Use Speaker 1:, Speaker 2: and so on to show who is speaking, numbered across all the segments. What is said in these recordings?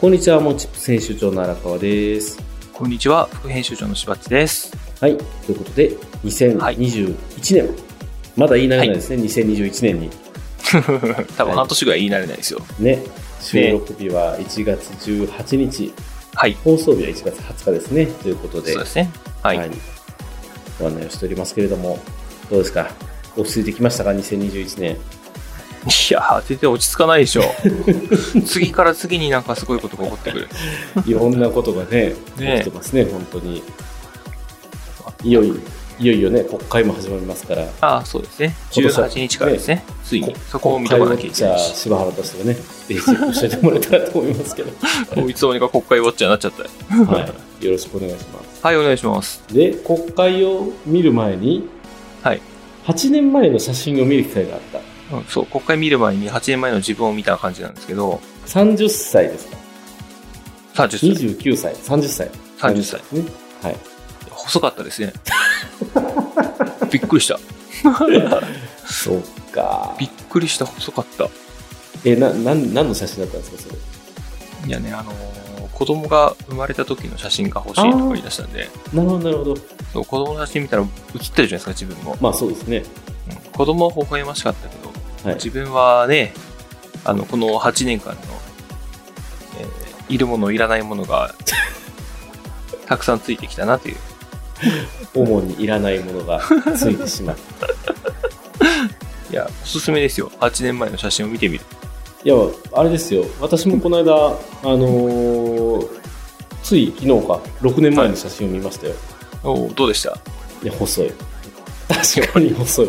Speaker 1: こんにちは、モチップ編集長の荒川です。
Speaker 2: こんにちは、副編集長のしばっち です。
Speaker 1: はい、ということで、2021年、まだ言いながらですね、2021年に
Speaker 2: 多分半年ぐらい言い慣れないですよ。
Speaker 1: ね、収録日は1月18日、
Speaker 2: はい。
Speaker 1: 放送日は1月20日ですね、ということで、
Speaker 2: そうですね。はい。
Speaker 1: はいご案内をしておりますけれども、どうですか落ち着いてきましたか、2021年。
Speaker 2: いやー、全然落ち着かないでしょ。 次から次になんかすごいことが起こってくる。
Speaker 1: いろんなことがね、
Speaker 2: ね
Speaker 1: 起きてますね、本当に。いよいよ、いよいよね、国会も始まりますから、
Speaker 2: ああ、そうですね。
Speaker 1: 今年は
Speaker 2: 18日からですね。ついに
Speaker 1: こ、
Speaker 2: そこを見とかなきゃいけないし。
Speaker 1: 柴原としてもね、ぜひチェックしてもらえたらと思いますけど、
Speaker 2: もういつもにか国会ウォッチャーになっちゃったよ。
Speaker 1: はい、よろしくお願いします。
Speaker 2: はい、お願いします。
Speaker 1: で、国会を見る前に、
Speaker 2: はい
Speaker 1: 8年前の写真を見る機会があった。
Speaker 2: うん、そう、国会見る前に8年前の自分を見た感じなんですけど、
Speaker 1: 30歳ですか
Speaker 2: 30歳。
Speaker 1: 29歳、30歳。
Speaker 2: 30歳。
Speaker 1: ね。はい。
Speaker 2: 細かったです ね。びっくりした。
Speaker 1: そっか
Speaker 2: びっくりした、細かった。
Speaker 1: え、な、なん、何の写真だったんですか、それ。
Speaker 2: いやね、あのー子供が生まれた時の写真が欲しいとか言い出したんで、
Speaker 1: なるほど、なるほど。
Speaker 2: そう子供の写真見たら写ってるじゃないですか、自分も。
Speaker 1: まあそうですね。
Speaker 2: うん子供は微笑ましかったけど、
Speaker 1: はい。
Speaker 2: 自分はね、あの、この8年間の、えーいるもの、いらないも のが、たくさんついてきたなという。
Speaker 1: 主にいらないものがついてしまう。
Speaker 2: いや、おすすめですよ。8年前の写真を見てみる。
Speaker 1: いや、あれですよ。私もこの間、あのーつい昨日か、6年前の写真を見ましたよ。
Speaker 2: おーどうでした
Speaker 1: いや、細い。確かに細い。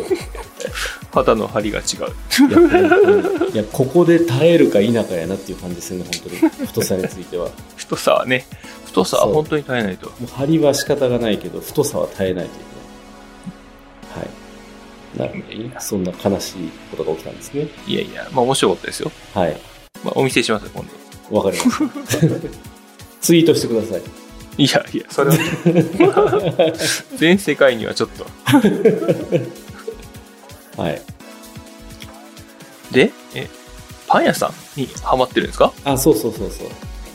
Speaker 2: 肌の張りが違う。
Speaker 1: いや、本当にいやここで耐えるか否かやなっていう感じですよね、本当に。太さについては。も
Speaker 2: 太さはね、太さは
Speaker 1: そう
Speaker 2: 本当に耐えないと。
Speaker 1: う張りは仕方がないけど、太さは耐えないといけない。はい。なるほどね。そんな悲しいことが起きたんですね。
Speaker 2: いやいや、まあ面白かったですよ。
Speaker 1: はい。
Speaker 2: まあお見せしますよ、今度。
Speaker 1: わかりました。 ツイートしてください。
Speaker 2: いやいや、それは、 全世界にはちょっと。
Speaker 1: はい。
Speaker 2: で、え、パン屋さんにハマってるんですか
Speaker 1: あ、そうそうそうそう。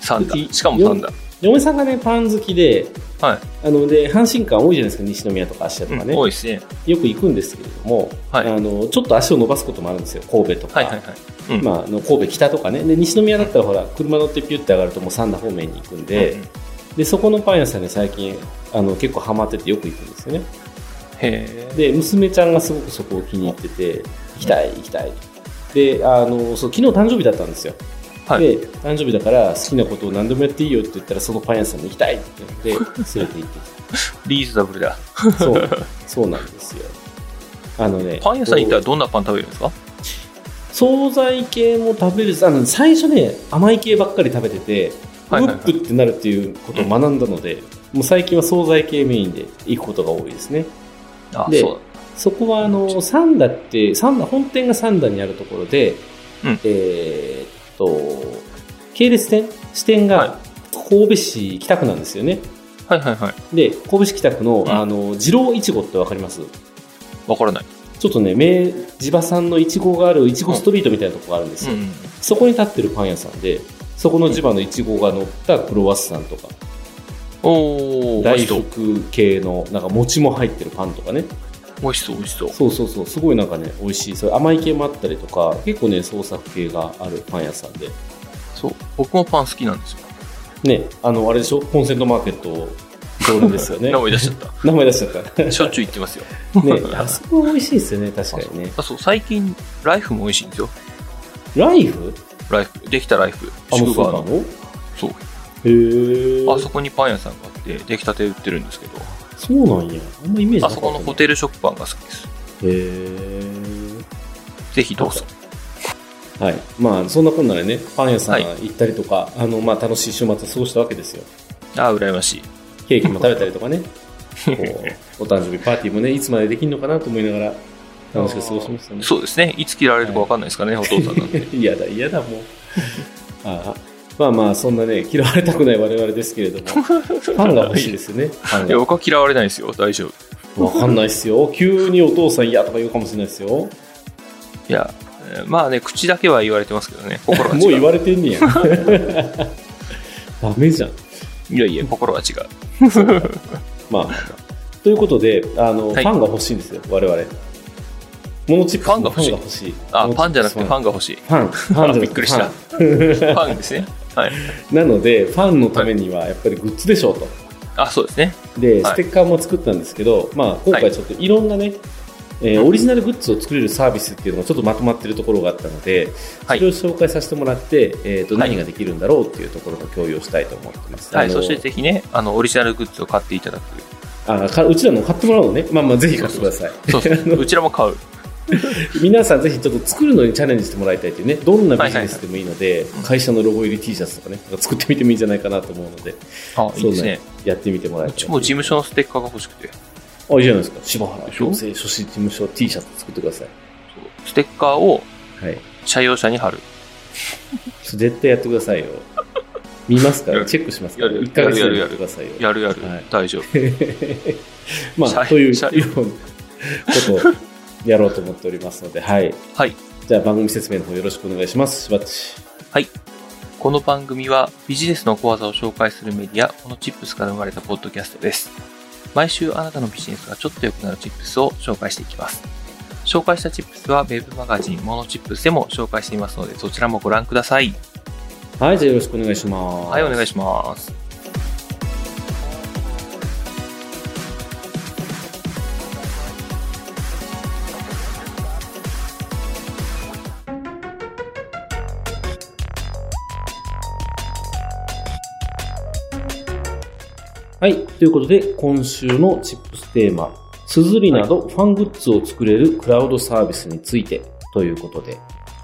Speaker 2: サンダ
Speaker 1: う
Speaker 2: ー。
Speaker 1: ち
Speaker 2: しかもサンダー。
Speaker 1: 嫁さんがね、パン好きで、
Speaker 2: はい。
Speaker 1: あの、で、阪神館多いじゃないですか、西宮とか芦屋とかね。
Speaker 2: うん多いですね。
Speaker 1: よく行くんですけれども、
Speaker 2: はい
Speaker 1: あの、ちょっと足を伸ばすこともあるんですよ、神戸とか。
Speaker 2: はいはいはい。うん
Speaker 1: まあ、あの神戸北とかねで西宮だったらほら車乗ってピュッて上がるともう三田方面に行くんで,、
Speaker 2: うんうんへ
Speaker 1: でそこのパン屋さんに最近あの結構ハマっててよく行くんですよね
Speaker 2: え。
Speaker 1: で娘ちゃんがすごくそこを気に入ってて行きたい行きたいであのそう昨日誕生日だったんですよ、
Speaker 2: はい
Speaker 1: で誕生日だから好きなことを何でもやっていいよって言ったらそのパン屋さんに行きたいって言って連れて行って
Speaker 2: リーズナブルだ。
Speaker 1: きたそう そうなんですよあのね
Speaker 2: パン屋さんに行ったらどんなパン食べるんですか
Speaker 1: 惣菜系も食べるしあの最初ね甘い系ばっかり食べててウ
Speaker 2: はいはいはい
Speaker 1: ップってなるっていうことを学んだので、もう最近は惣菜系メインで行くことが多いですね
Speaker 2: あ、
Speaker 1: で
Speaker 2: そう
Speaker 1: そこはあのサンダってサンダ本店がサンダにあるところで、
Speaker 2: うん
Speaker 1: えーっと系列店支店
Speaker 2: はい
Speaker 1: が神戸市北区なんですよね、
Speaker 2: だ。はいはいはい。
Speaker 1: で神戸市北区の,、
Speaker 2: うん
Speaker 1: あの二郎いちごってわかります
Speaker 2: わからない。
Speaker 1: ちょっとね名地場産のいちごがあるいちごストリートみたいなとこがあるんですよ、
Speaker 2: うんうん。
Speaker 1: そこに立ってるパン屋さんで、そこの地場のイチゴが乗ったクロワッサンとか、
Speaker 2: おー、美味
Speaker 1: 大
Speaker 2: しそう。
Speaker 1: 福系の、なんか餅も入ってるパンとかね。
Speaker 2: 美味しそう、美味しそう。
Speaker 1: そうそうそう、すごいなんかね、美味しい。それ甘い系もあったりとか、結構ね、創作系があるパン屋さんで。
Speaker 2: そう。僕もパン好きなんですよ。
Speaker 1: ね、あの、あれでしょコンセントマーケット常連ですよね
Speaker 2: 名。前出しちゃっ
Speaker 1: 名前出しちゃ った。
Speaker 2: た。しょっちゅう行ってますよ。
Speaker 1: ね、あそこ美味しいですよね、確かにね。
Speaker 2: あ、そう、最近、ライフも美味しいんですよ。
Speaker 1: ライフ
Speaker 2: ライフ。できたライフ。
Speaker 1: あの
Speaker 2: 宿
Speaker 1: スーパ
Speaker 2: 川
Speaker 1: ー
Speaker 2: の。
Speaker 1: の
Speaker 2: そう。
Speaker 1: へー。
Speaker 2: あそこにパン屋さんがあって、出来たて売ってるんですけど、
Speaker 1: そうなんや。あんまイメージな
Speaker 2: あ
Speaker 1: か
Speaker 2: そ
Speaker 1: った
Speaker 2: こ
Speaker 1: な
Speaker 2: のホテル食パンが好きです。
Speaker 1: へー。
Speaker 2: ぜひどうぞ。
Speaker 1: はい。まあ、そんなこんなでね、パン屋さん行ったりとか、あの、まあ、楽しい週末を過ごしたわけですよ。
Speaker 2: ああ、羨ましい。
Speaker 1: ケーキも食べたりとかね、 こう、お誕生日パーティーもね、いつまでできるのかなと思いながら、楽しく過ごしましたね。
Speaker 2: そうですね。いつ切られるか分かんないですからね、お父さんなんて。
Speaker 1: 嫌だ、嫌だ、もう。 ああまあまあ、そんなね、嫌われたくない我々ですけれども、 パンが欲しいですよね。パン
Speaker 2: いや、
Speaker 1: が
Speaker 2: 僕は嫌われないですよ。大丈夫。
Speaker 1: わかんないっすよ。急にお父さん嫌とか言うかもしれないですよ。も
Speaker 2: いや、えーまあね、口だけは言われてますけどね。心が
Speaker 1: う
Speaker 2: 違う。
Speaker 1: 言われてんねや。ダメじゃん。
Speaker 2: いやいや、心は違う。
Speaker 1: まあまあまあ、ということであの、
Speaker 2: はい
Speaker 1: ファンが欲しいんですよ、我々。モノチップスのフ
Speaker 2: ファンが
Speaker 1: ァンが欲しい。
Speaker 2: あ、パンじゃなくてファ
Speaker 1: ン。
Speaker 2: ンが欲しい。
Speaker 1: ファン。ファンじゃなくて
Speaker 2: びっくりした
Speaker 1: フ
Speaker 2: ファンですね。はい。
Speaker 1: ァン なので、ファンのためにはやっぱりグッズでしょうと。
Speaker 2: あ、そうですね。
Speaker 1: で、
Speaker 2: はい
Speaker 1: ステッカーも作ったんですけど、まあ、今
Speaker 2: は
Speaker 1: 回
Speaker 2: い
Speaker 1: ちょっといろんなね、えーオリジナルグッズを作れるサービスっていうのがちょっとまとまってるところがあったので、
Speaker 2: はい
Speaker 1: それを紹介させてもらって、えー、と
Speaker 2: はい
Speaker 1: 何ができるんだろうっていうところの共有をしたいと思ってます。
Speaker 2: は
Speaker 1: あ
Speaker 2: い。
Speaker 1: の
Speaker 2: そしてぜひね、あの、オリジナルグッズを買っていただく。
Speaker 1: あかうちらの買ってもらうのね、まあまあ、ぜひ買ってください。
Speaker 2: そうそう うちらも買う。
Speaker 1: 皆さん、ぜひちょっと作るのにチャレンジしてもらいたいっていうね、どんなビジネスでもいいので、会社のロゴ入り T シャツとかね、作ってみてもいいんじゃないかなと思うので、
Speaker 2: あ、いいですね。
Speaker 1: やってみてもらえ
Speaker 2: う
Speaker 1: た
Speaker 2: ち
Speaker 1: ら
Speaker 2: も事務所のステッカーが欲しくて。
Speaker 1: あ、いいじゃないですか、柴原
Speaker 2: でしょ
Speaker 1: 行政書士事務所 T シャツ作ってください。
Speaker 2: そうステッカーを
Speaker 1: はい
Speaker 2: 社用車に貼る。
Speaker 1: 絶対やってくだ さいよ。見ますから、
Speaker 2: やる
Speaker 1: チェックしますから、
Speaker 2: やる
Speaker 1: 1ヶ月
Speaker 2: やる
Speaker 1: で
Speaker 2: や
Speaker 1: やっ
Speaker 2: る
Speaker 1: てくださいよ。
Speaker 2: やるやる。
Speaker 1: はい
Speaker 2: 大丈夫。
Speaker 1: まあ、
Speaker 2: 社
Speaker 1: というよ
Speaker 2: 社
Speaker 1: うなことをやろうと思っておりますので、はい。
Speaker 2: はい。
Speaker 1: じゃあ番組説明の方よろしくお願いします。しばっち。
Speaker 2: この番組はビジネスの小技を紹介するメディア、このチップスから生まれたポッドキャストです。毎週あなたのビジネスがちょっと良くなるチップスを紹介していきます。紹介したチップスはウェブマガジン、モノチップスでも紹介していますので、そちらもご覧ください。
Speaker 1: はい、じゃあよろしくお願いします。
Speaker 2: はい、お願い
Speaker 1: し
Speaker 2: します。
Speaker 1: ます。はい、ということで、今週のチップステーマ、すずりなどファングッズを作れるクラウドサービスについてということで、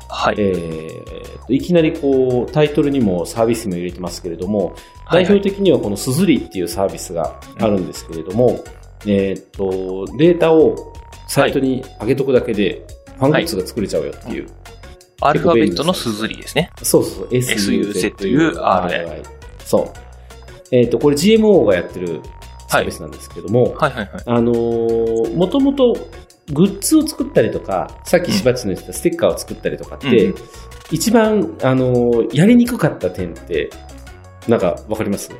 Speaker 2: はい。
Speaker 1: えー、いきなりこう、タイトルにもサービス名を入れてますけれども、
Speaker 2: は
Speaker 1: 代
Speaker 2: いは
Speaker 1: 表
Speaker 2: い、
Speaker 1: 的にはこのすずりっていうサービスがあるんですけれども、えーっと、データをサイトに上げとくだけで、ファングッズが作れちゃうよっていう。
Speaker 2: アルファベットのすずりですね。
Speaker 1: そうそうそう、
Speaker 2: SUZURI。
Speaker 1: そう。えーっと、これ GMO がやってるサービスなんですけども、
Speaker 2: はいはいはい。
Speaker 1: あのー、もともとグッズを作ったりとか、さっきしばちの言ってたステッカーを作ったりとかって、
Speaker 2: うんうん
Speaker 1: 一番、あのーやりにくかった点って、なんかわかります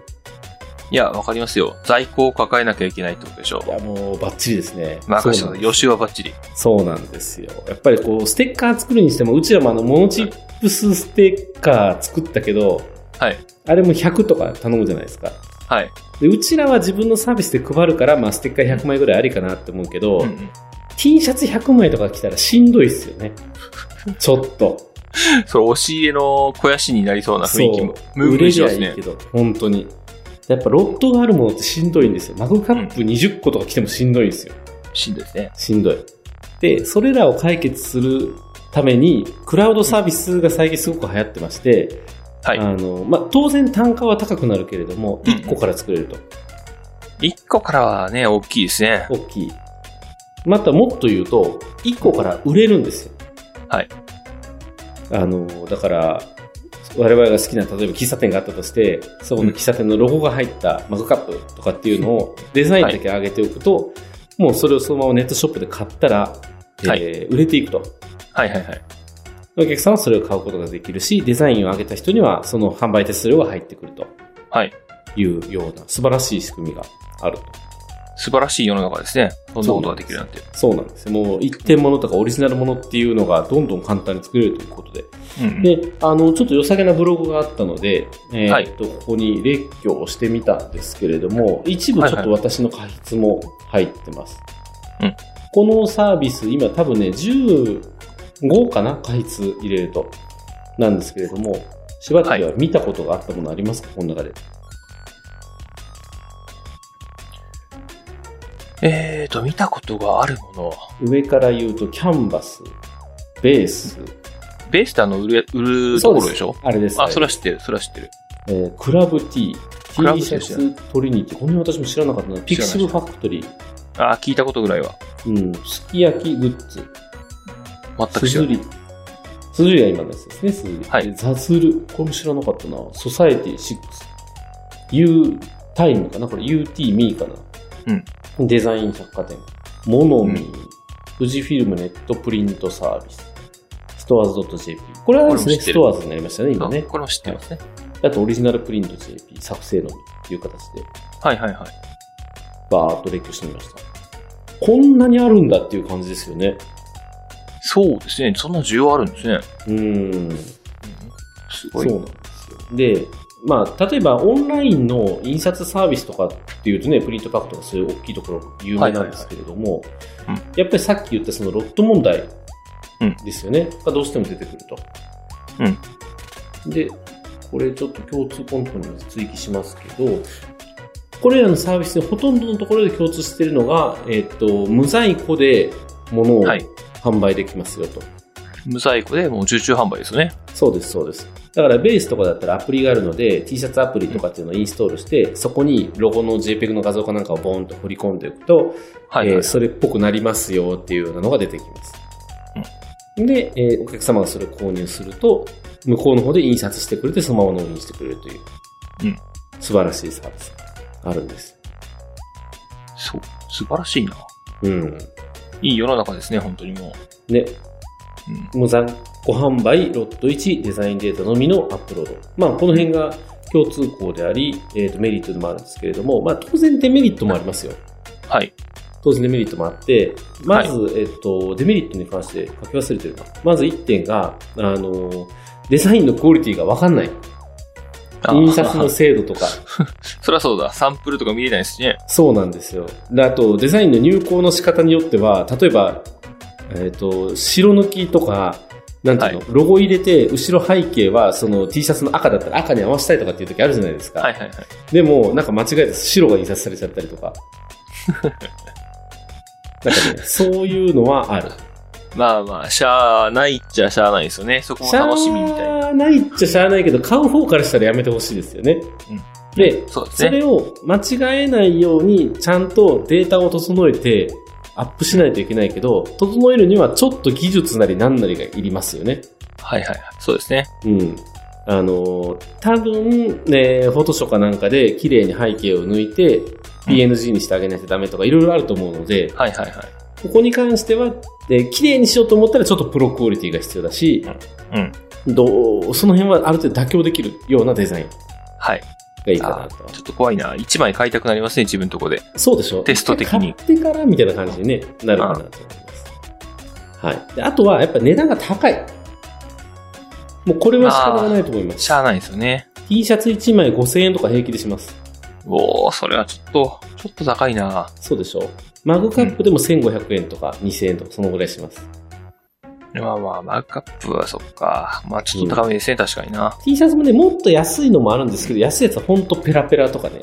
Speaker 2: いや、わかりますよ。在庫を抱えなきゃいけないってことでしょ
Speaker 1: いや、もうバッチリですね。
Speaker 2: う。まあ、
Speaker 1: そうなんです
Speaker 2: 予習はバッチリ。
Speaker 1: そうなんですよ。やっぱりこう、ステッカー作るにしても、うちらもあの、モノチップスステッカー作ったけど、
Speaker 2: はい。
Speaker 1: あれも100とか頼むじゃないですか。
Speaker 2: はい。
Speaker 1: で、うちらは自分のサービスで配るから、まあ、ステッカー100枚ぐらいありかなって思うけど、
Speaker 2: うんうん
Speaker 1: T シャツ100枚とか来たらしんどいっすよ ね。ちょっと。
Speaker 2: それ、押し入れの肥やしになりそうな雰囲気も。ムーブ
Speaker 1: 売
Speaker 2: ム
Speaker 1: れ
Speaker 2: ーし
Speaker 1: り
Speaker 2: ま
Speaker 1: ゃ
Speaker 2: す
Speaker 1: い
Speaker 2: ね
Speaker 1: いけ。ど、本当に。やっぱロットがあるものってしんどいんですよ。マグカップ20個とか来てもしんどいんですよ。
Speaker 2: しんどいですね。
Speaker 1: しんどい。で、それらを解決するために、クラウドサービスが最近すごく流行ってまして、
Speaker 2: はい
Speaker 1: あの、まあ、当然単価は高くなるけれども、
Speaker 2: うん
Speaker 1: 1個から作れると。
Speaker 2: 1個からはね、大きいですね。
Speaker 1: 大きい。またもっと言うと、1個から売れるんですよ。
Speaker 2: はい。
Speaker 1: あの、だから、我々が好きな、例えば喫茶店があったとして、そこの喫茶店のロゴが入ったマグカップとかっていうのをデザインだけ上げておくと、もうそれをそのままネットショップで買ったら、えー
Speaker 2: はい
Speaker 1: 売れていくと。
Speaker 2: はいはいはい。
Speaker 1: お客さんはそれを買うことができるし、デザインを上げた人にはその販売手数料が入ってくると
Speaker 2: はい。
Speaker 1: いうような素晴らしい仕組みがあると。
Speaker 2: 素晴らしい世の中ですね。そんなことができるなんて。
Speaker 1: そうなんですよ。もう一点物とかオリジナルものっていうのがどんどん簡単に作れるということで。
Speaker 2: うんうん
Speaker 1: で、あの、ちょっと良さげなブログがあったので、えー
Speaker 2: はい
Speaker 1: っと、ここに列挙をしてみたんですけれども、一部ちょっと私の過筆も入ってます。
Speaker 2: うん
Speaker 1: このサービス、今多分ね、15かな過筆入れると。なんですけれども、しばらくは見たことがあったものありますか、この中で。
Speaker 2: えーと、見たことがあるもの。
Speaker 1: 上から言うと、キャンバス、ベース、
Speaker 2: ベースターの売る、売るところでしょ
Speaker 1: あれです、
Speaker 2: あ、それは知ってる、それは知ってる。
Speaker 1: えークラブ T、
Speaker 2: クラ
Speaker 1: T
Speaker 2: ブ
Speaker 1: シ
Speaker 2: T
Speaker 1: ャツトリニティ、こんな私も知らなかったな。ピクシブファクトリー、
Speaker 2: あ、聞いたことぐらいは。
Speaker 1: うん、すき焼きグッズ、
Speaker 2: 全
Speaker 1: す
Speaker 2: く知ら
Speaker 1: ず
Speaker 2: ない。
Speaker 1: り、すずりは今のやつですね、すずり。
Speaker 2: はい
Speaker 1: でザズル、これも知らなかったな。ソサエティ6、U タイムかな、これ UT ミーかな。うん。デザイン百貨店、モノミー、富士フィルムネットプリントサービス、スストアーズ .jp。これはですね、
Speaker 2: これも知って
Speaker 1: ス
Speaker 2: る
Speaker 1: トアーズになりましたね、今
Speaker 2: あ
Speaker 1: ね。
Speaker 2: これも知ってますね。
Speaker 1: あと、オリジナルプリント JP、作成のみっていう形で、
Speaker 2: はいはいはい。
Speaker 1: バーっと列挙してみました。こんなにあるんだっていう感じですよね。
Speaker 2: そうですね。そんな需要あるんですね。
Speaker 1: うーん。
Speaker 2: す
Speaker 1: そ
Speaker 2: ご
Speaker 1: う
Speaker 2: い。
Speaker 1: なんですよ。で、まあ、例えばオンラインの印刷サービスとかっていうとね、プリントパックとかそういう大きいところ有名なんですけれども、
Speaker 2: はいはいは
Speaker 1: やっぱりさっき言ったそのロット問題
Speaker 2: うん
Speaker 1: ですよね、がどうしても出てくると。で、これちょっと共通コントにも追記しますけど、これらのサービスでほとんどのところで共通しているのが、えっと、無在庫で物を
Speaker 2: はい
Speaker 1: 販売できますよと。
Speaker 2: 無在庫でもう受注販売ですよね。
Speaker 1: そうです、そうです。だからベースとかだったらアプリがあるので、T シャツアプリとかっていうのをインストールして、そこにロゴの JPEG の画像かなんかをボーンと振り込んでおくと、
Speaker 2: はい、
Speaker 1: え
Speaker 2: は
Speaker 1: ー
Speaker 2: い。
Speaker 1: それっぽくなりますよっていうようなのが出てきます。で、えーお客様がそれを購入すると、向こうの方で印刷してくれて、そのまま納品してくれるという、
Speaker 2: うん
Speaker 1: 素晴らしいサービスがあるんです。
Speaker 2: そう。素晴らしいな。
Speaker 1: うん。
Speaker 2: いい世の中ですね、本当にも
Speaker 1: で、
Speaker 2: う。うん。
Speaker 1: 無残個販売ロット1デザインデータのみのアップロード。まあ、この辺が共通項であり、えー、とメリットでもあるんですけれども、まあ、当然デメリットもありますよ。
Speaker 2: はい。
Speaker 1: 当然デメリットもあって、まず、えっ、と、デメリットに関して書き忘れてるな。まず1点が、あの、デザインのクオリティがわかんない。
Speaker 2: あー
Speaker 1: 印刷の精度とか。
Speaker 2: そりゃそうだ。サンプルとか見れないですしね。
Speaker 1: そうなんですよ。であと、デザインの入稿の仕方によっては、例えば、えっ、と、白抜きとか、なんていうの、
Speaker 2: は
Speaker 1: ロゴ入れて、後ろ背景は、その T シャツの赤だったら赤に合わせたいとかっていう時あるじゃないですか。
Speaker 2: はいはいはい。
Speaker 1: でも、なんか間違えて白が印刷されちゃったり とか。なんかね、そういうのは ある。
Speaker 2: まあまあ、しゃあないっちゃしゃあないですよね。そこも楽しみみたいな。
Speaker 1: しゃあないっちゃしゃあないけど、買う方からしたらやめてほしいですよね。
Speaker 2: うん
Speaker 1: で、
Speaker 2: そうです
Speaker 1: そ
Speaker 2: ね。
Speaker 1: れを間違えないようにちゃんとデータを整えてアップしないといけないけど、整えるにはちょっと技術なり何なりがいりますよね。
Speaker 2: はいはいはい。そうですね。
Speaker 1: うん。あのー、多分ね、フォトショーかなんかで綺麗に背景を抜いて、PNG にしてあげないとダメとかいろいろあると思うので、
Speaker 2: はいはいはい。
Speaker 1: ここに関しては、えー綺麗にしようと思ったらちょっとプロクオリティが必要だし、
Speaker 2: うん。
Speaker 1: どうその辺はある程度妥協できるようなデザイン
Speaker 2: はい。
Speaker 1: がいいか
Speaker 2: あ
Speaker 1: な
Speaker 2: ー
Speaker 1: と。
Speaker 2: ちょっと怖いな。一枚買いたくなりますね、自分のとこで。
Speaker 1: そうでしょ
Speaker 2: テスト的に
Speaker 1: 買ってからみたいな感じに、ね、なるかなと思います。はい。であとは、やっぱ値段が高い。もうこれは仕方がないと思います。
Speaker 2: しゃあないですよね。
Speaker 1: T シャツ1枚5000円とか平気でします。
Speaker 2: おおそれはちょっと、ちょっと高いな。
Speaker 1: そうでしょマグカップでも1500円とか2000円とかそのぐらいします。
Speaker 2: まあまあ、マークアップはそっか。まあちょっと高めですね、確かにな。
Speaker 1: T シャツもね、もっと安いのもあるんですけど、安いやつはほんとペラペラとかね、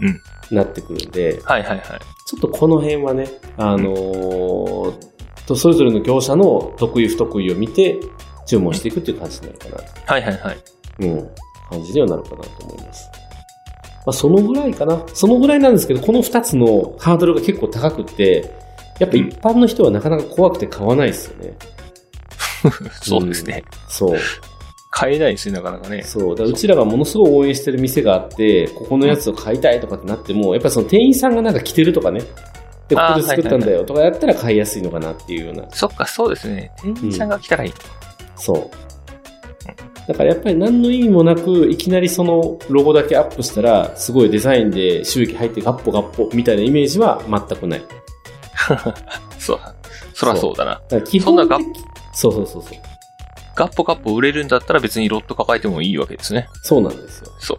Speaker 2: うん
Speaker 1: なってくるんで、
Speaker 2: はいはいはい。
Speaker 1: ちょっとこの辺はね、あのーとそれぞれの業者の得意不得意を見て注文していくっていう感じになるかなと。
Speaker 2: はいはいはい。
Speaker 1: うん、感じにはなるかなと思います。まあ、そのぐらいかな。そのぐらいなんですけど、この2つのハードルが結構高くって、やっぱ一般の人はなかなか怖くて買わないですよね。
Speaker 2: そうですね。
Speaker 1: そう。
Speaker 2: 買えないですね、なかなかね。
Speaker 1: そう。だからうちらがものすごい応援してる店があって、ここのやつを買いたいとかってなっても、やっぱりその店員さんがなんか着てるとかね。で、こ
Speaker 2: あ
Speaker 1: こ
Speaker 2: ー
Speaker 1: で作ったんだよとかやったら買いやすいのかなっていうような。
Speaker 2: そっか、そうですね。店員さんが来たらいい。
Speaker 1: そう。だからやっぱり何の意味もなく、いきなりそのロゴだけアップしたら、すごいデザインで収益入ってガッポガッポみたいなイメージは全くない。だか
Speaker 2: そう。そらそうだな。
Speaker 1: ら基
Speaker 2: そんな
Speaker 1: 本
Speaker 2: ガ
Speaker 1: 的
Speaker 2: ッ
Speaker 1: そうそうそうそう。
Speaker 2: ガッポガッポ売れるんだったら別にロット抱えてもいいわけですね。
Speaker 1: そうなんですよ。
Speaker 2: そう。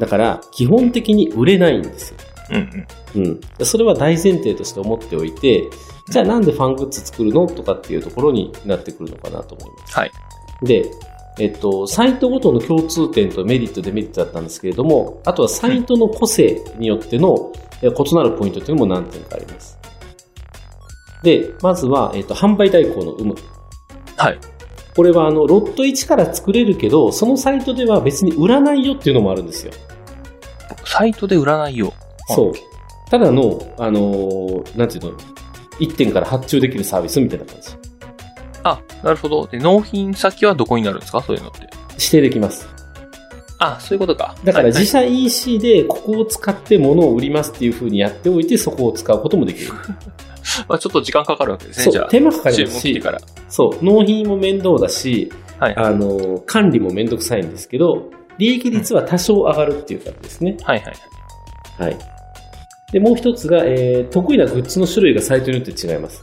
Speaker 1: だから、基本的に売れないんですよ。
Speaker 2: うんうん。
Speaker 1: うん。それは大前提として思っておいて、じゃあなんでファングッズ作るのとかっていうところになってくるのかなと思います。
Speaker 2: はい。
Speaker 1: で、えっと、サイトごとの共通点とメリット、デメリットだったんですけれども、あとはサイトの個性によってのえ異なるポイントというのも何点かあります。で、まずは、えっと、販売代行の有無。
Speaker 2: はい。
Speaker 1: これは、あの、ロット1から作れるけど、そのサイトでは別に売らないよっていうのもあるんですよ。
Speaker 2: サイトで売らないよ。
Speaker 1: そう。ただの、あのーなんていうの、1点から発注できるサービスみたいな感じ。
Speaker 2: あ、なるほど。で、納品先はどこになるんですかそういうのって。
Speaker 1: 指定できます。
Speaker 2: あ、そういうことか。
Speaker 1: だから
Speaker 2: はいは
Speaker 1: 自
Speaker 2: い
Speaker 1: 社 EC でここを使って物を売りますっていう風にやっておいてそこを使うこともできる。
Speaker 2: まあちょっと時間かかるわけです
Speaker 1: そ
Speaker 2: ね、じゃ
Speaker 1: う
Speaker 2: あ。
Speaker 1: 手間かかり
Speaker 2: 注
Speaker 1: ま
Speaker 2: 文
Speaker 1: す
Speaker 2: 切
Speaker 1: し
Speaker 2: りから。
Speaker 1: そう納品も面倒だし
Speaker 2: はい。はい
Speaker 1: あの管理も面倒くさいんですけど利益率は多少上がるっていう感じですね、
Speaker 2: はい。
Speaker 1: はいでもう一つが、えー得意なグッズの種類がサイトによって違います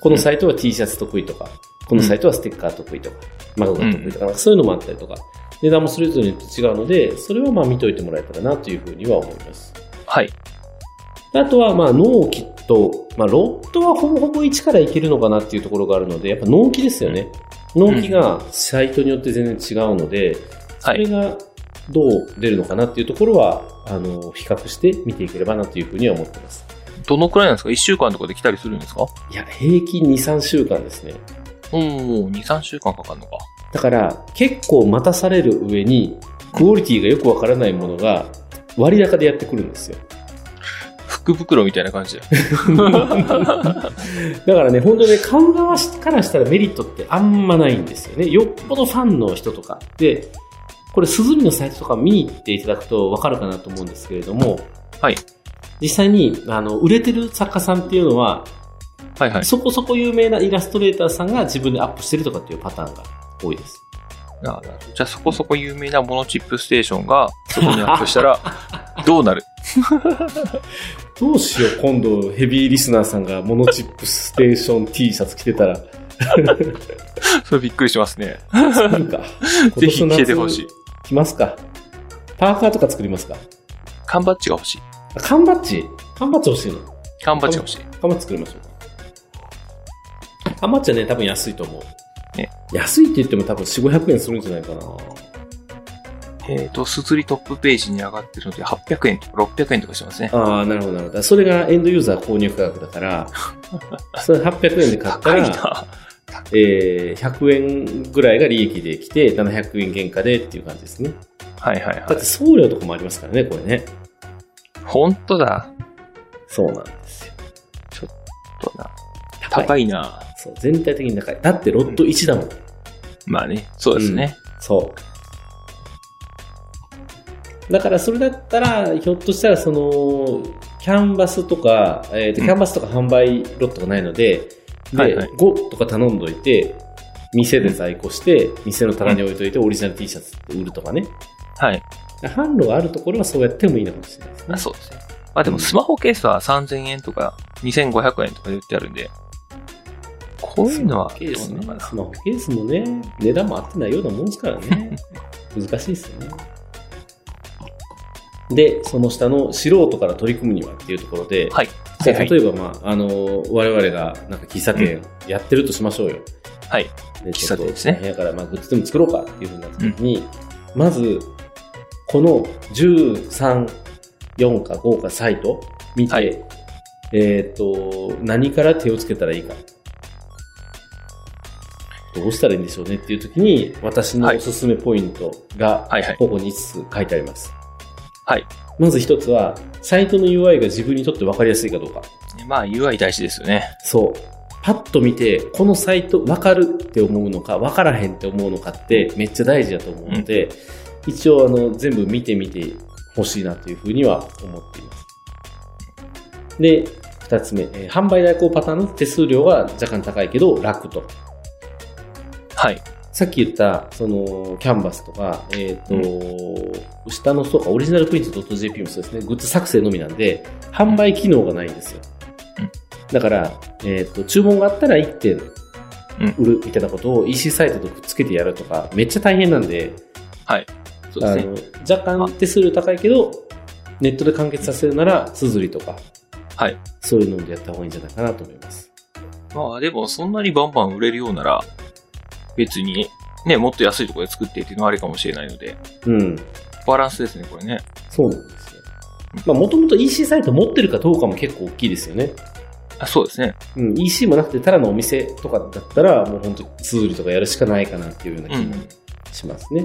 Speaker 1: このサイトは T シャツ得意とか、このサイトはステッカー得意とかマグが得意とか,、そういうのもあったりとか値段もそれぞれによって違うのでそれはまあ見といてもらえたらなというふうには思います
Speaker 2: はい。
Speaker 1: あとは、まあ、納期と、まあ、ロットはほぼほぼ1からいけるのかなっていうところがあるので、やっぱ納期ですよね。納期がサイトによって全然違うので、そ
Speaker 2: は
Speaker 1: れ
Speaker 2: い。
Speaker 1: がどう出るのかなっていうところは、あの、比較して見ていければなというふうには思ってます。
Speaker 2: どのくらいなんですか ?1 週間とかで来たりするんですか
Speaker 1: いや、平均2、3週間ですね。
Speaker 2: うん、もう2、3週間かかるのか。
Speaker 1: だから、結構待たされる上に、クオリティがよくわからないものが、割高でやってくるんですよ。
Speaker 2: 福袋みたいな 感じで。
Speaker 1: だからね、本当ね、買う側からしたらメリットってあんまないんですよね。よっぽどファンの人とかで、これ、鈴見のサイトとか見に行っていただくと分かるかなと思うんですけれども、
Speaker 2: はい。
Speaker 1: 実際に、あの、売れてる作家さんっていうのは、
Speaker 2: はいはい。
Speaker 1: そこそこ有名なイラストレーターさんが自分でアップしてるとかっていうパターンが多いです。
Speaker 2: あなるほどじゃあそこそこ有名なモノチップステーションがそこにアップし たらどうなる
Speaker 1: どうしよう、今度、ヘビーリスナーさんがモノチップステーション T シャツ着てたら、
Speaker 2: それびっくりしますね。
Speaker 1: 作るか。
Speaker 2: ぜひ着ててほしい。。
Speaker 1: 来ますか。パーカーとか作りますか。
Speaker 2: 缶バッジが欲しい。
Speaker 1: あ缶バッジ缶バッジ欲しいの
Speaker 2: 缶バッジが欲しい。
Speaker 1: 缶バッジ作りましょうか。缶バッジはね、多分安いと思う。
Speaker 2: ね
Speaker 1: 安いって言っても多分4、500円するんじゃないかな。
Speaker 2: えっ、と、すずりトップページに上がってるので800円とか600円とかしますね。
Speaker 1: ああ、なるほど、なるほど。それがエンドユーザー購入価格だ から、それ800円で買った
Speaker 2: 高い
Speaker 1: ら、
Speaker 2: な。
Speaker 1: えー、100円ぐらいが利益できて、700円原価でっていう感じですね。
Speaker 2: はいはいは
Speaker 1: だって
Speaker 2: い。
Speaker 1: 送料とかもありますからね、これね。
Speaker 2: 本当だ。
Speaker 1: そうなんですよ。
Speaker 2: 本当だ。
Speaker 1: 高い。
Speaker 2: 高いな。
Speaker 1: そう、全体的に高い。だってロット1だもん。
Speaker 2: まあね、そうですね。
Speaker 1: そう。だからそれだったら、ひょっとしたらその、キャンバスとか、えーと
Speaker 2: うん
Speaker 1: キャンバスとか販売ロットがないので、で、
Speaker 2: はいはい
Speaker 1: 5とか頼んどいて、店で在庫して、店の棚に置いといて、オリジナル T シャツって売るとかね。
Speaker 2: はい。
Speaker 1: 販路があるところはそうやってもいいのかもしれないですね
Speaker 2: あ。そうですね。まあでもスマホケースは3000円とか2500円とかで売ってあるんで、こういうのは
Speaker 1: スマホ
Speaker 2: ど
Speaker 1: ケース
Speaker 2: うなの
Speaker 1: ね
Speaker 2: かな。
Speaker 1: スマホケースもね、値段も合ってないようなもんですから ね。難しいですよね。で、その下の素人から取り組むにはっていうところで、
Speaker 2: はい。
Speaker 1: じゃあ
Speaker 2: はいはい
Speaker 1: 例えば、まあ、あの、我々がなんか喫茶店やってるとしましょうよ。
Speaker 2: はい。
Speaker 1: で
Speaker 2: 喫茶店ですね
Speaker 1: 部屋からまあグッズでも作ろうかっていうふうになった時に、まず、この13、4か5かサイト見て、
Speaker 2: はい
Speaker 1: えっ、と、何から手をつけたらいいか。どうしたらいいんでしょうねっていう時に、私のおすすめポイントが、
Speaker 2: はいはい。
Speaker 1: ここに5つ書いてあります。
Speaker 2: はい。
Speaker 1: まず一つは、サイトの UI が自分にとって分かりやすいかどうか。
Speaker 2: まあ UI 大事ですよね。
Speaker 1: そう。パッと見て、このサイト分かるって思うのか、分からへんって思うのかってめっちゃ大事だと思うので、一応あの全部見てみてほしいなというふうには思っています。で、二つ目、えー販売代行パターンの手数料が若干高いけど楽と。
Speaker 2: はい。
Speaker 1: さっき言った、その、キャンバスとか、えっ、と、下の、そうか、オリジナルプリント .jp もそうですね、グッズ作成のみなんで、販売機能がないんですよ
Speaker 2: うん。
Speaker 1: だから、えっ、と、注文があったら1点売るみたいなことを EC サイトとくっつけてやるとか、めっちゃ大変なんで、
Speaker 2: そうで
Speaker 1: あ
Speaker 2: すね。
Speaker 1: の若干手数料高いけど、ネットで完結させるなら、つづりとか、
Speaker 2: はい。
Speaker 1: そういうのでやった方がいいんじゃないかなと思います。
Speaker 2: まあでもそんなにバンバン売れるようなら、別にね、もっと安いところで作ってっていうのはありかもしれないので、
Speaker 1: うん。
Speaker 2: バランスですね、これね。
Speaker 1: そうなんですよ。まあ、もともと EC サイト持ってるかどうかも結構大きいですよね。
Speaker 2: あそうですね。
Speaker 1: うん、EC もなくて、ただのお店とかだったら、もう本当、ツールとかやるしかないかなっていうような
Speaker 2: う
Speaker 1: 気が
Speaker 2: ん。
Speaker 1: しますね。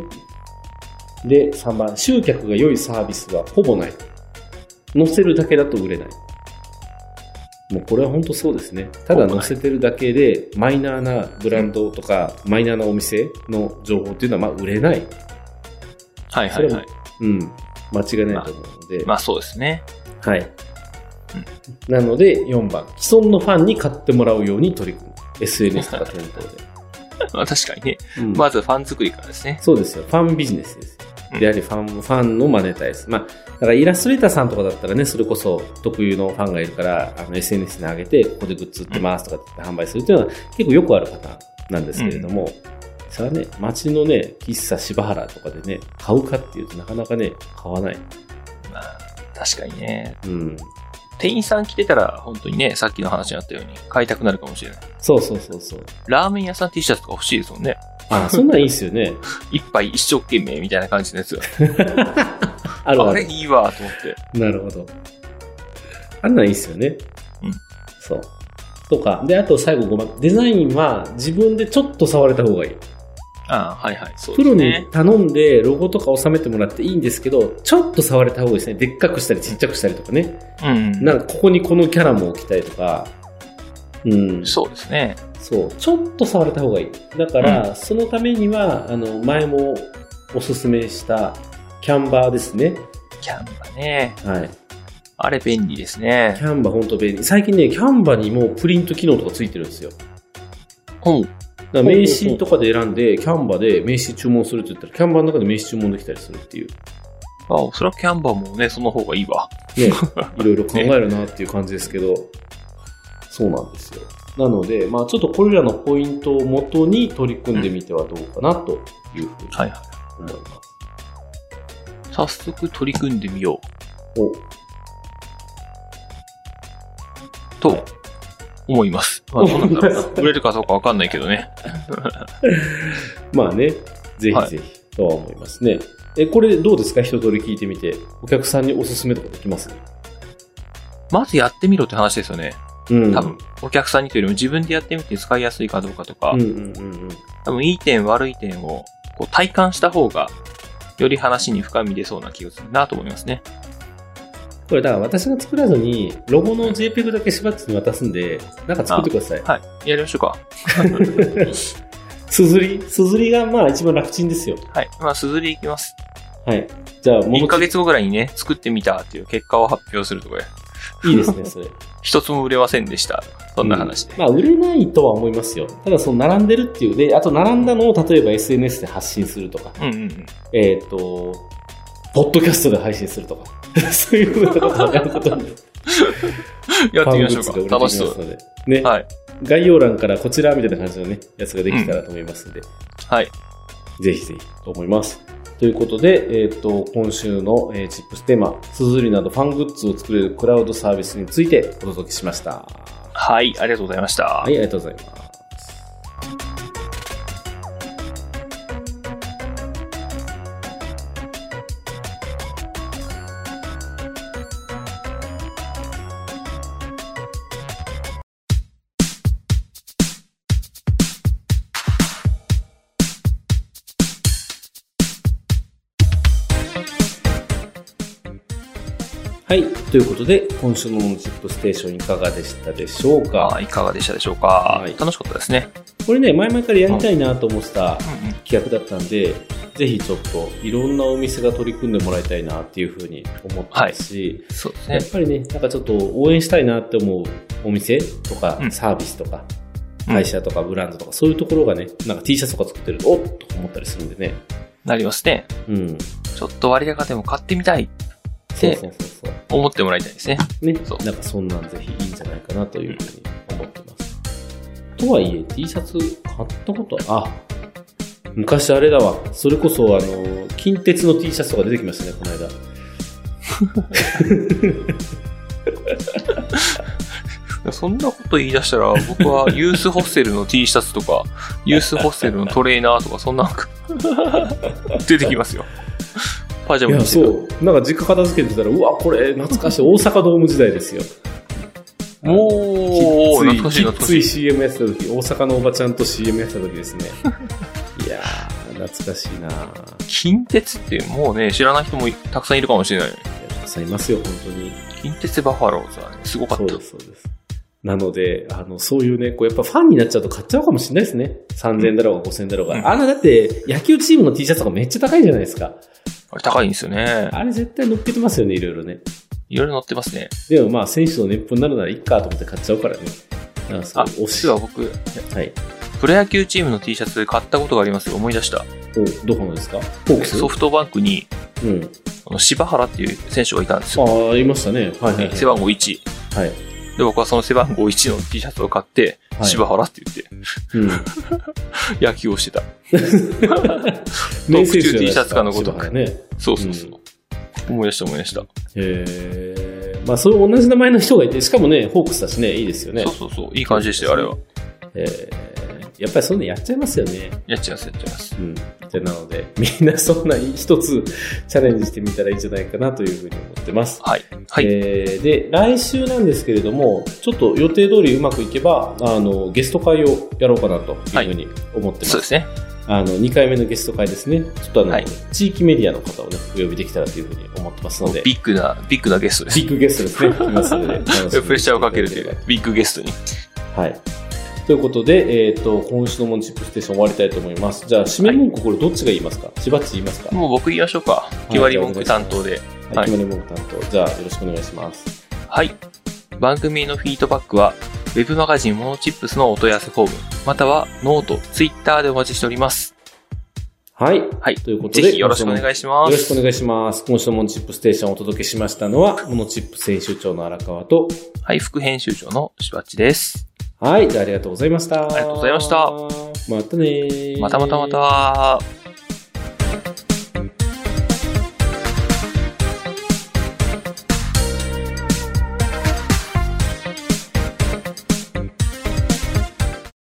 Speaker 1: で、3番、集客が良いサービスはほぼない。載せるだけだと売れない。もうこれは本当そうですね。ただ載せてるだけで、マイナーなブランドとか、マイナーなお店の情報っていうのは、まあ、売れない。
Speaker 2: はいはい
Speaker 1: それ
Speaker 2: は
Speaker 1: も
Speaker 2: い。
Speaker 1: うん、間違いないと思うので、
Speaker 2: まあそうですね。
Speaker 1: はい。なので4番既存のファンに買ってもらうように取り 組む SNS とか店頭で、
Speaker 2: まあ確かにね。
Speaker 1: うん
Speaker 2: まずファン作りからですね。
Speaker 1: そうですよファンビジネスです
Speaker 2: うん
Speaker 1: でありファンファンのマネタイズまあだからイラストレーターさんとかだったらねそれこそ特有のファンがいるからあの SNS に上げてここでグッズ売ってますとかって販売するっていうのは結構よくあるパターンなんですけれども、それはね街のね喫茶柴原とかでね買うかっていうとなかなかね買わない
Speaker 2: まあ確かにね。
Speaker 1: うん
Speaker 2: 店員さん来てたら、本当にね、さっきの話にあったように、買いたくなるかもしれない。
Speaker 1: そうそうそうそう
Speaker 2: ラーメン屋さん T シャツとか欲しいですもんね。
Speaker 1: あそんなんいいっすよ ね
Speaker 2: 一杯一生懸命みたいな感じのやつが。
Speaker 1: あるあ
Speaker 2: あ
Speaker 1: る
Speaker 2: れいいわと思って。
Speaker 1: なるほど。あんなんいいっすよね。
Speaker 2: うん
Speaker 1: そう。とか。で、あと最後5番。デザインは自分でちょっと触れた方がいい。
Speaker 2: ああ、はいはい。そう
Speaker 1: プ
Speaker 2: で
Speaker 1: ロ
Speaker 2: す
Speaker 1: に
Speaker 2: ね。
Speaker 1: 頼んでロゴとか収めてもらっていいんですけど、ちょっと触れた方がいいですね。でっかくしたりちっちゃくしたりとかね。
Speaker 2: うんうん。
Speaker 1: なんかここにこのキャラも置きたいとか。うん。
Speaker 2: そうですね。
Speaker 1: そう。ちょっと触れた方がいい。だから、そのためには、あの、前もおすすめしたキャンバーですね。
Speaker 2: キャンバね。
Speaker 1: はい。
Speaker 2: あれ便利ですね
Speaker 1: キ。ャンバ本当便利。最近ね、キャンバにもうプリント機能とかついてるんですよ。
Speaker 2: ほう。
Speaker 1: だから名刺とかで選んで、キャンバで名刺注文するって言ったら、キャンバの中で名刺注文できたりするっていう、
Speaker 2: ああ、それはキャンバもね、その方がいいわ。
Speaker 1: ね、いろいろ考えるなっていう感じですけど、そうなんですよ。なので、まあちょっとこれらのポイントをもとに取り組んでみてはどうかなというふうに
Speaker 2: はいは
Speaker 1: 思います。
Speaker 2: い。早速取り組んでみよ
Speaker 1: お
Speaker 2: うと思います。まあ、どうなんだ ろうな売れるかどうかわかんないけどね。
Speaker 1: まあね、ぜ
Speaker 2: は
Speaker 1: ひ
Speaker 2: い
Speaker 1: ぜひとは思いますね。え、これどうですか一通り聞いてみて、お客さんにおすすめとかできます
Speaker 2: まずやってみろって話ですよね。
Speaker 1: うん
Speaker 2: 多分、お客さんにというよりも自分でやってみて使いやすいかどうかとか、
Speaker 1: うんうんうんうん。
Speaker 2: 多分いい点悪い点をこう体感した方が、より話に深み出そうな気がするなと思いますね。
Speaker 1: これだから私が作らずにロゴの JPEG だけしばっちに渡すんでなんか作ってください
Speaker 2: はい。やりましょうか。
Speaker 1: すずりすずりがまあ一番楽ちんですよ
Speaker 2: はい。まあ、すずりいきます。
Speaker 1: はいじゃあも
Speaker 2: 1
Speaker 1: う
Speaker 2: ヶ月後ぐらいにね、作ってみたっていう結果を発表するとかね
Speaker 1: いいですね それ
Speaker 2: 一つも売れませんでした。そんな話で。
Speaker 1: うんまあ売れないとは思いますよただその並んでるっていうであと並んだのを例えば SNS で発信するとか
Speaker 2: うんうんうん。
Speaker 1: えっ、とポッドキャストで配信するとか そういうふうなことをやることに
Speaker 2: やってみましょ
Speaker 1: ファングッズが
Speaker 2: うか。
Speaker 1: 売れ
Speaker 2: 楽
Speaker 1: てき
Speaker 2: し
Speaker 1: ます
Speaker 2: そう。
Speaker 1: のでね、
Speaker 2: はい
Speaker 1: 概要欄からこちらみたいな感じのねやつができたらと思いますんで、
Speaker 2: はい。
Speaker 1: ぜひぜひと思います。ということで、えっ、と、今週の、えーチップステーマ、すずりなどファングッズを作れるクラウドサービスについてお届けしました。は
Speaker 2: はい。ありがとうございました。
Speaker 1: い、ありがとうございます。はい、ということで、今週のチップステーションいかがでしたでしょうか、
Speaker 2: はいいかがでしたでしょうか、
Speaker 1: はい
Speaker 2: 楽しかったですね。
Speaker 1: これね、前々からやりたいなと思ってた
Speaker 2: うんうん。
Speaker 1: 企画だったんで、ぜひちょっといろんなお店が取り組んでもらいたいなっていうふうに思ってますし、
Speaker 2: そうです
Speaker 1: や
Speaker 2: ね
Speaker 1: っ。ぱりね、なんかちょっと応援したいなって思うお店とか
Speaker 2: う、ん
Speaker 1: サービスとか、
Speaker 2: うん
Speaker 1: 会社とかブランドとか、そういうところがね、なんか T シャツとか作ってると、おっと思ったりするんでね。
Speaker 2: なりますね。
Speaker 1: うん。
Speaker 2: ちょっと割高でも買ってみたい
Speaker 1: そうそうそうそ
Speaker 2: 思ってもらいたいですね。
Speaker 1: う。ね
Speaker 2: そう。
Speaker 1: なんかそんなんぜひいいんじゃないかなというふうに思ってます。とはいえ、T シャツ買ったことは、あ、昔あれだわ。それこそ、あの、近鉄の T シャツとか出てきましたね、この間。
Speaker 2: そんなこと言い出したら、僕は ユースホステルの T シャツとか、ユースホステルのトレーナーとか、そんな の出てきますよ。パジャ
Speaker 1: い
Speaker 2: マ
Speaker 1: や、
Speaker 2: にして
Speaker 1: そ
Speaker 2: た
Speaker 1: う。なんか実家片付けてたら、うわ、これ懐かしい。大阪ドーム時代ですよ。
Speaker 2: もう、懐か
Speaker 1: き
Speaker 2: しい懐
Speaker 1: っ
Speaker 2: か
Speaker 1: つ
Speaker 2: し
Speaker 1: い
Speaker 2: い。
Speaker 1: CM やってた時大阪のおばちゃんと CM やってた時 ですねいやー懐かしいなぁ
Speaker 2: 近鉄ってもうね、知らない人もたくさんいるかもしれない。
Speaker 1: いやたくさんいますよ本当に
Speaker 2: 近鉄バファローズはね、すごか
Speaker 1: そ
Speaker 2: っ
Speaker 1: う
Speaker 2: た
Speaker 1: で。すそうですなのであのそういうねこうやっぱファンになっちゃうと買っちゃうかもしれないですね3000円だろうが5000円だろうが、
Speaker 2: うん
Speaker 1: あんなだって野球チームの T シャツとかめっちゃ高いじゃないですか
Speaker 2: あれ高いんですよね。
Speaker 1: あれ絶対乗っけてますよねいろいろね
Speaker 2: いろいろ載ってますね。
Speaker 1: でもまあ、選手の熱風になるならいいかと思って買っちゃうからね。なんかそう
Speaker 2: あ、
Speaker 1: 推し
Speaker 2: 実は僕、
Speaker 1: はい。
Speaker 2: プロ野球チームの T シャツ買ったことがありますよ。思い出した。
Speaker 1: お、どこのですかホークス
Speaker 2: ソフトバンクに、
Speaker 1: うん。
Speaker 2: あの柴原っていう選手がいたんですよ。
Speaker 1: ああ、いましたね。はいはい、はい。
Speaker 2: 背番号1。
Speaker 1: はい。
Speaker 2: で、僕はその背番号1の T シャツを買って、
Speaker 1: はい
Speaker 2: 柴原って言って、
Speaker 1: う ん。
Speaker 2: 野球をしてた。
Speaker 1: 名選手じゃないです
Speaker 2: T シャツかのごとく
Speaker 1: 柴原ね。
Speaker 2: そうそうそう。思い出した思い出した。
Speaker 1: へえ。まあ、そういう同じ名前の人がいて、しかもね、ホークスだしね、いいですよね
Speaker 2: そう。そうそう。いい感じでしたよ、あれは。
Speaker 1: えーやっぱりそういうのやっちゃいますよね。
Speaker 2: やっちゃいます、やっちゃいます。
Speaker 1: うん。でなので、みんなそんな一つチャレンジしてみたらいいんじゃないかなというふうに思ってます。
Speaker 2: はい。はい。
Speaker 1: えーで、来週なんですけれども、ちょっと予定通りうまくいけば、あの、ゲスト会をやろうかなというふうに思ってます。
Speaker 2: そうですね。
Speaker 1: あの、2回目のゲスト会ですね。ちょっとあの、
Speaker 2: はい
Speaker 1: 地域メディアの方をね、お呼びできたらというふうに思ってますので、ビ
Speaker 2: ビッグな、ビッグなゲストです。
Speaker 1: ッグゲスト ですね。来ますので、
Speaker 2: プレッシャーをかけるというう、ビッグゲストに。
Speaker 1: はい。ということで、えっ、と、今週のモンチップステーション終わりたいと思います。じゃあ、締め文句、これどっちが言いますかしばっち言いますか、
Speaker 2: もう僕言いましょうか。決まり文句担当で。
Speaker 1: は、
Speaker 2: はいい
Speaker 1: 決まり文句担当。じゃあ、よろしくお願いします。
Speaker 2: はい。番組へのフィードバックは、ウェブマガジンモノチップスのお問い合わせフォーム、またはノート、ツイッターでお待ちしております。
Speaker 1: はい。
Speaker 2: はい。
Speaker 1: ということで
Speaker 2: ぜひよろしくお願いしま
Speaker 1: よろしくお
Speaker 2: す。
Speaker 1: 願いします。今週のモンチップステーションをお届けしましたのは、モノチップ編集長の荒川と、
Speaker 2: はい、副編集長のしばっちです。
Speaker 1: はい。じゃあ、ありがとうございました。あり。
Speaker 2: がとうございました
Speaker 1: またねー
Speaker 2: またまたまた。